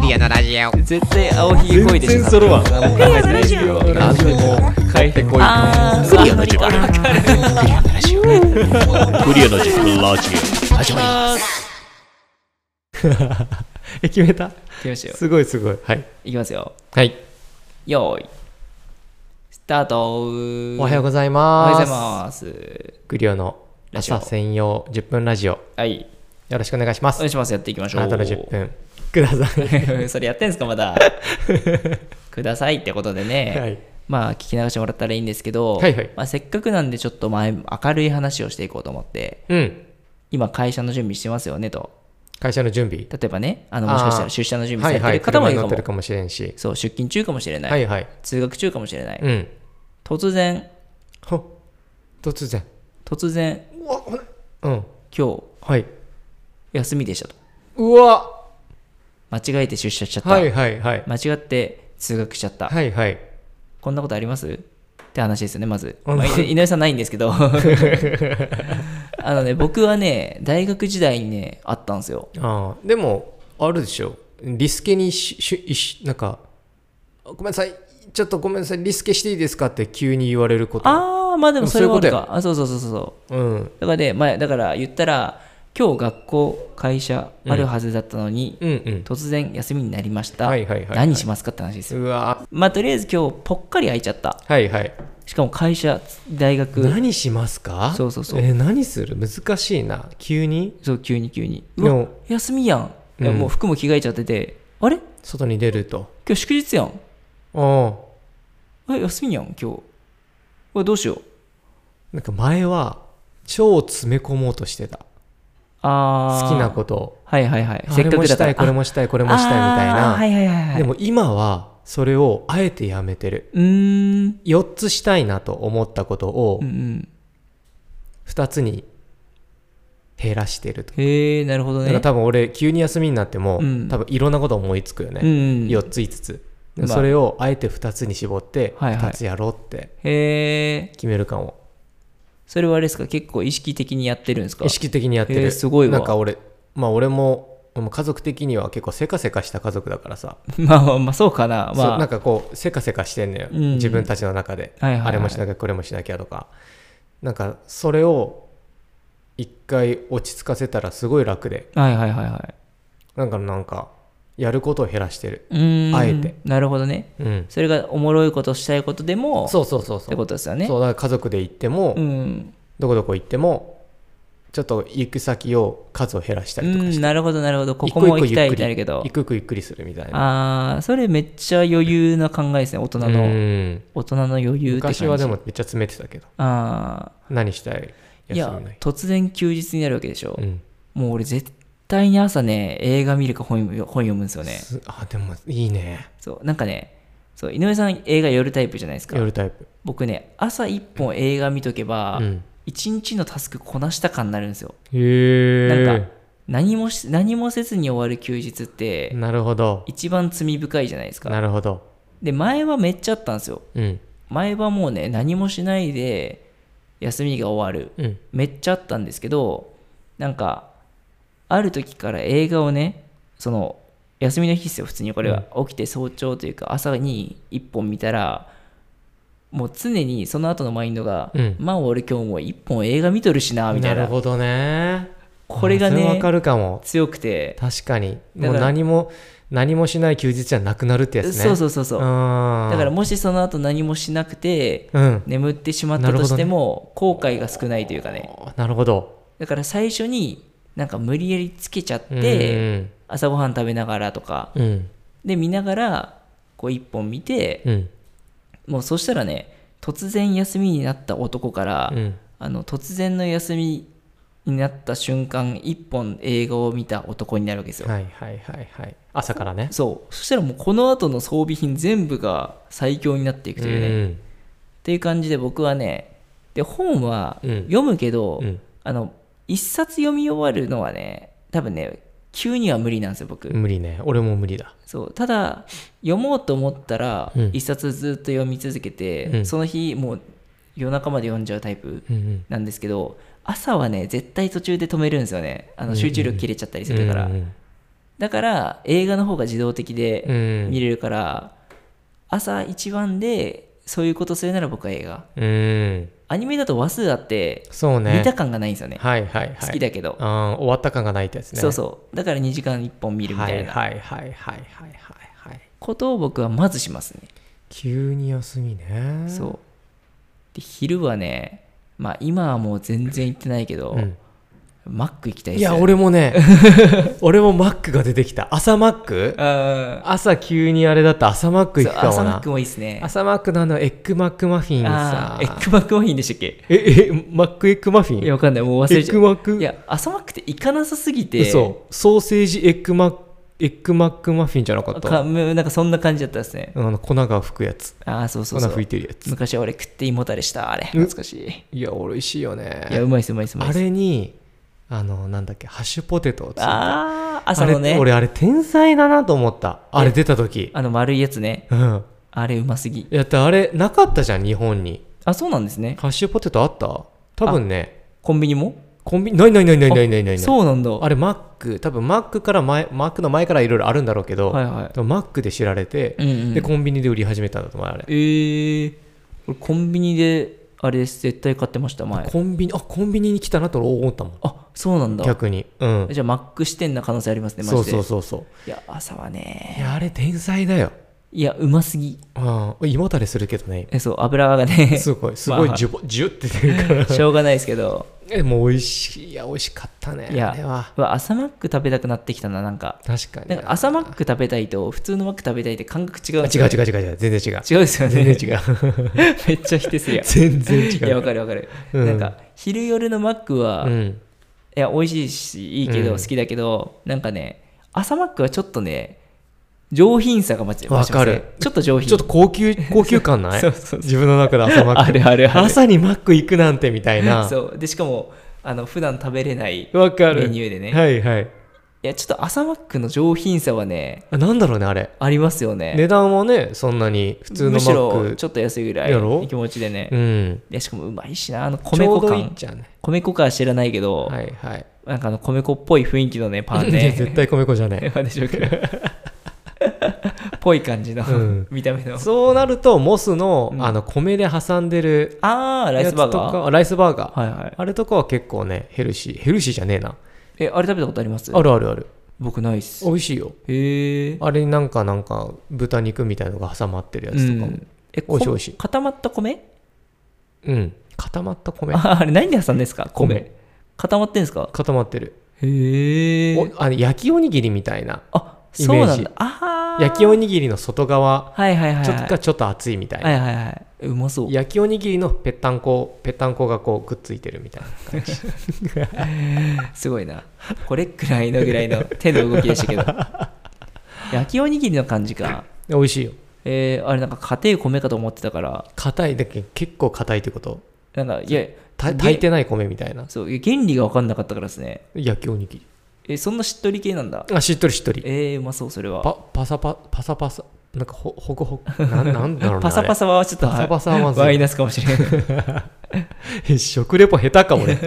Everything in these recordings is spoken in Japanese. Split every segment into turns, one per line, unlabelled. リアのラジオ
絶対青ひげこいでしょ
全然揃わん
何も考えてないですけど
ラジオ変えてこい
あー
クリアの時間
わかる
クリアの時間ラジオ始まり
え決めた
来ましたよ
すごいすごいはい
いきますよ
はい
よーいスタート
おはようござい
おは
ま
よ
す
うございます
クリオの
ラジオ
朝専用10分ラジオ
はい
よろしくお願いしま
お
す
願いしますやっていきまし
あ
ょう
なたの10分くださ い
それやってんすかま だくださいってことでね、
はい
まあ聞き流してもらったらいいんですけど、
はいはい
まあ、せっかくなんでちょっと前明るい話をしていこうと思って
うん
今会社の準備してますよねと
会社の準備
例えばねあの
あ
も
ー
しかしたら出社の準
は
備
い
さ
は
れて
い
る方も
車
いる
に
か
乗
も,、
ってるかもしれんし
そう出勤中かもしれない、
はいはい
通学中かもしれない、
うん
突然
ほ突然
突然
うん
今日
はい
休みでしたと
うわ
間違えて出社しちゃった、
はいはいはい
間違って通学しちゃった、
はいはい
こんなことありますって話ですよねまず、
うん
まあ、い井上さんないんですけ どあのね僕はね大学時代にねあったんですよ
ああでもあるでしょリスケにししいしなんかあごめんなさいちょっとごめんなさいリスケしていいですかって急に言われること
ああまあでもそれはあるかあそうそうそうそうそう
うん
だからね、まあ、だから言ったら今日学校会社あるはずだったのに、
うんうん
突然休みになりました、
はいはいはいはい
何しますかって話ですよ
うわ
まあとりあえず今日ぽっかり空いちゃった
はいはい
しかも会社大学
何しますか
そうそうそう
えー何する難しいな急に
そう急に急にう
で
わ
も
休みやん、いや
うん
もう服も着替えちゃっててあれ
外に出ると
今日祝日やん
ああ
え休みやん今日うわどうしよう
なんか前は超詰め込もうとしてた
ああ
好きなことを
はいはいはい
あれもしたいこれ
も
もしたいこれもしたいみたいな、
はいはいはいはい
でも今はそれをあえてやめてる
うーん
4つしたいなと思ったことを
うんうん
2つに減らしてると、
へえなるほど
だか
ね
ら多分俺急に休みになっても、
うん
多分いろんなこと思いつくよね、
うんうん
4つ5つ、
まあ
それをあえて2つに絞って
はいはい
2つやろうって
へえ
決めるかも、
それはあれですか結構意識的にやってるんですか
意識的にやってる、
へーすごいわ
なんか俺まあ俺ももう家族的には結構せかせかした家族だからさ、
まあまあまあそうかな
そう
ま
なん
あ
かこうせかせかしてんのよ、
うん
自分たちの中で、
はいはいはい
あれもしなきゃこれもしなきゃとかなんかそれを一回落ち着かせたらすごい楽で
はいはいはいは
なんかなんかやることを減らしてる
いうーん
あえて
なるほどね
うん
それがおもろいことしたいことでも
そうそうそう
っ
そ
て
う
ことですよね
そうだから家族で行っても、
うん
どこどこ行ってもちょっと行く先を数を減らした
う
りとか
ん
して、
なるほどなるほどこ
一
こ
個
も行
一
き
個
た
ゆ
い
っ
み
くり
たいだけど
一個一個ゆっくりするみたいな
ああそれめっちゃ余裕な考えですね大人
う
の
ん
大人の余裕って感じ
昔はでもめっちゃ詰めてたけど
あ
何したい
あい
休
や
みない
突然休日になるわけでしょ、
うん
もう俺絶対に朝ね映画見るか本読む本読むんですよね
すあでもいいね
そうなんかねそう井上さん映画夜タイプじゃないですか
夜タイプ
僕ね朝一本映画見とけば
うん
一、日のタスクこなした感になるんですよ
へ
なん
え
か何もし何もせずに終わる休日って
なるほど
一番罪深いじゃないですか
なるほど
で前はめっちゃあったんですよ
うん
前はもうね何もしないで休みが終わる
うん
めっちゃあったんですけどなんかある時から映画をねその休みの日ですよ普通にこれは、起きて早朝というか朝に1本見たらもう常にその後のマインドが、
うん
まあ俺今日も1本映画見とるしなみた
ない
な
るほどね
これが
あそ
ね
わかるかも
強くて、
確かに
だか
も
ら
う何も何もしない休日じゃなくなるってやつね
そうそうそうそう
あー
だからもしその後何もしなくて
うん
眠ってしまったとしても、後悔が少ないというかね
なるほど
だから最初になんか無理やりつけちゃっ
うん
て朝ごはん食べながらとか
うん
で見ながらこう一本見て、
うん
もうそしたらね突然休みになった男から、
うん
あの突然の休みになった瞬間一本映画を見た男になるわけですよ、
はいはいはいはい朝からね
そうそしたらもうこの後の装備品全部が最強になっていくというね、っ
ん
ていう感じで僕はねで本は
うん
読むけど、
うん
あの一冊読み終わるのはね多分ね急には無理なんですよ僕、
無理ね俺も無理だ
そうただ読もうと思ったら
うん
一冊ずっと読み続けて、
うん
その日もう夜中まで読んじゃうタイプ
うんうん
なんですけど朝はね絶対途中で止めるんですよねあの集中力切れちゃったりするから、
うんうん
だから映画の方が自動的
う
で
ん
見れるから、朝一番でそういうことするなら僕は映画
うん
アニメだと話数あって
そうね
見た感がないんですよね
はいはいはい
好きだけど、
あー終わった感がないってやつね
そうそうだから2時間1本見るみたいな
はいはいはいはいはいはいはい
ことを僕はまずしますね、
急に休みね
そうで昼はねまあ今はもう全然行ってないけど、
うん
マック行きたい
い
ですよ
や
ね
俺も ね俺もマックが出てきた朝マック
あ
朝急にあれだった朝マック
ーそ
行
う
くかも
朝マッ
な
クもいいっすね
朝マックのあのエッグマックマフィン
あ
さ
ーエッグマックもいいんでしたっけ
ええマックエッグマフィン
いやわかんないもう忘
エ
れ
ッ
ちゃ
グ
う
マック
いや朝マックって行かなさすぎて
嘘ソーセージエッグマックエッグマックマフィンじゃなかった
かむなんかそんな感じだったですね
あの粉が吹くやつ
ああそうそ
粉
うそう
吹いてるやつ
昔は俺食って胃もたれしたあれ
うん
懐かしいい
いや美味しいよね
やうまいっすうまいっすうまい
あ
っす
れにあのなんだっけハッシュポテトをついた
あー朝の
あ
ね
れ俺あれ天才だなと思ったあれ出た時
あの丸いやつね
うん
あれうますぎ
やってあれなかったじゃん日本に
あそうなんですね
ハッシュポテトあった多分ね
コンビニも
コンビニないないないないないないない
そうなんだ
あれマック多分マックから前マックの前からいろいろあるんだろうけど、
はいは
でもマックで知られて
い、うんうん
でコンビニで売り始めたんだと思うあれ
えー、俺コンビニであれです絶対買ってました前
コンビニあコンビニに来たなと俺思ったもん
あそうなんだ
逆にうん
じゃあマック視点な可能性ありますねマジで
そうそうそうそう
いや朝はいね
やあれ天才だよ
いやうますぎ
ああ胃もたれするけどね
えそう油がね
すごいすごい
まあ
ジュボジュって出るか ら
しょうがないですけど
えもう美味しいいや美味しかったね
いや
あれは
うわ朝マック食べたくなってきたななんか
確かに
なんか朝マック食べたいと普通のマック食べたいって感覚違う
あ
んです
違
よ
う違う違う違う全然違う
違うですよね
全然違う
めっちゃ否定するやん
全然 違う
いやわかるわかる、
うん
なんか昼夜のマックは、
う
い
ん
や美味しいしいいけど
うん
好きだけど、なんかね朝マックはちょっとね上品さがまちまちま
わか
すね
る
ちょっと上品
ちょっと高級高級感 ない
そうそうそう
自分の中で朝マック
あるあるある
朝にマック行くなんてみたいな
そうでしかもあの普段食べれない
わかる
メニューでね
はいはい
いやちょっと朝マックの上品さはね
あなんだろうねあれ
ありますよね
値段もねそんなに普通のマ
むし
ッ
ろ
ク
ちょっと安いぐらい
やろ
の気持ちでね、
うん
いやしかもうまいしなあの
ち
米
ょ
粉
うどいいっ
感
ちゃうね
米粉感は知らないけど、
はいはい
なんかあの米粉っぽい雰囲気のねパン ね
絶対米粉じゃね
まあでしょうけどぽい感じの、
うん
見た目の
えそうなるとモスの
うん
あの米で挟んでる
ああライスバー
やつと
ガー
かライスバーガー
はいはい
あれとかは結構ねヘルシーヘルシーじゃねえな
えあれ食べたことあります
あるあるある
僕ないっす
美味しいよ
へえ
あれになんかなんか豚肉みたいのが挟まってるや
う
つとかも
んえ
美味しい
こ
美味しい
固まった米
うん、固まった米
ああれ何で挟んでんですか米
米
固まってんですか
固まってる
へ
お
え
あの焼きおにぎりみたいな
あ
イ
そ
メー
う
ジ
なんだああ
焼きおにぎりの外側
はいはいはいはい
ちょっとがちょっと熱いみたいな、
はいはいはいうまそう
焼きおにぎりのぺったんこぺったんこがこうくっついてるみたいな
すごいなこれくらいのぐらい の手の動きでしたけど焼きおにぎりの感じか
美味しいよ
えー、あれなんか家庭米かと思ってたから
硬いだけ結構硬いってこと
なんかいや
た
げ
炊いてない米みたいな
そういや原理が分かんなかったからですね
焼きおにぎり
えそんなしっとり系なんだ
あしっとりしっとり
えー、うまそうそれは
パパサパパサパサなんかほほくほく なんなんだろうな
パサパ
サ
サはちょっと
パサパサはまずい
マイナスかもしれない
食レポ下手かもね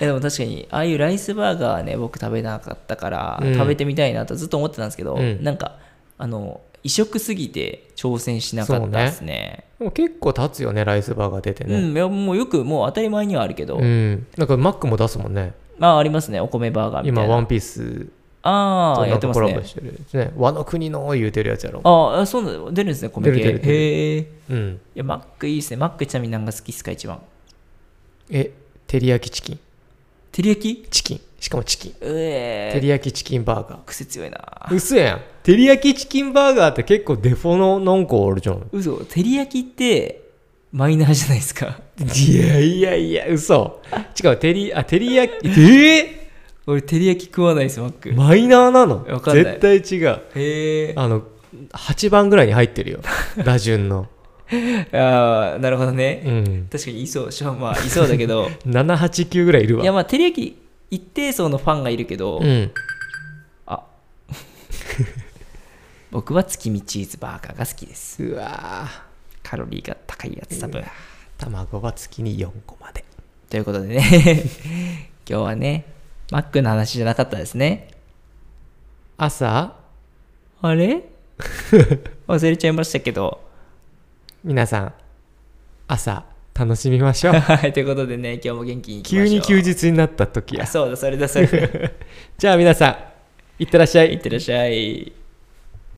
えでも確かにああいうライスバーガーね僕食べなかったから、
うん
食べてみたいなとずっと思ってたんですけど、
うん
なんかあの異色すぎて挑戦しなかったですね
でも結構立つよねライスバーガー出て
う
ね
んいやもうよくもう当たり前にはあるけど、
うん、なんかマックも出すもんね
まあありますねお米バーガーみた
今
いな
ワンピース
あ
と
あや
なん
って
か
ます
コラ
ね
ボしてるね和の国の言うてるやつやろ
ああそうなんだ出るんですね米系
出る出る出る
へえ
うん
いやマックいいですねマックちなみに何が好きっすか一番
え照り焼きチキン
照り焼き
チキンしかもチキン
うえ
照り焼きチキンバーガー
癖強いな
嘘やん照り焼きチキンバーガーって結構デフォのなんかあるじゃん
嘘照り焼きってマイナーじゃ ないですか
いやいやいや嘘違う照りあ照り焼きえ
俺照り焼き食わないですマック
ー、マイナーなの
わかんない
絶対違う
へ
あの8番ぐらいに入ってる よ打順の
えああなるほどね、
うん
確かにいそうしかもまあいそうだけ ど
789ぐらいいるわ
いやまあ照り焼き一定層のファンがいるけど、
うん
あ 僕は月見チーズバーガーが好きです
うわー
カロリーが高いやつ多分
卵は月に4個まで
ということでね今日はねマックの話じゃなかったですね
朝
あ れ忘れちゃいましたけど。
皆さん朝楽しみましょう
はい、ということでね、今日も元気にいきま
急
しょ
に
う。
休日になった時や
あそうだ、それだ、それだ。
じゃあ皆さんいってらっしゃい
いってらっしゃい。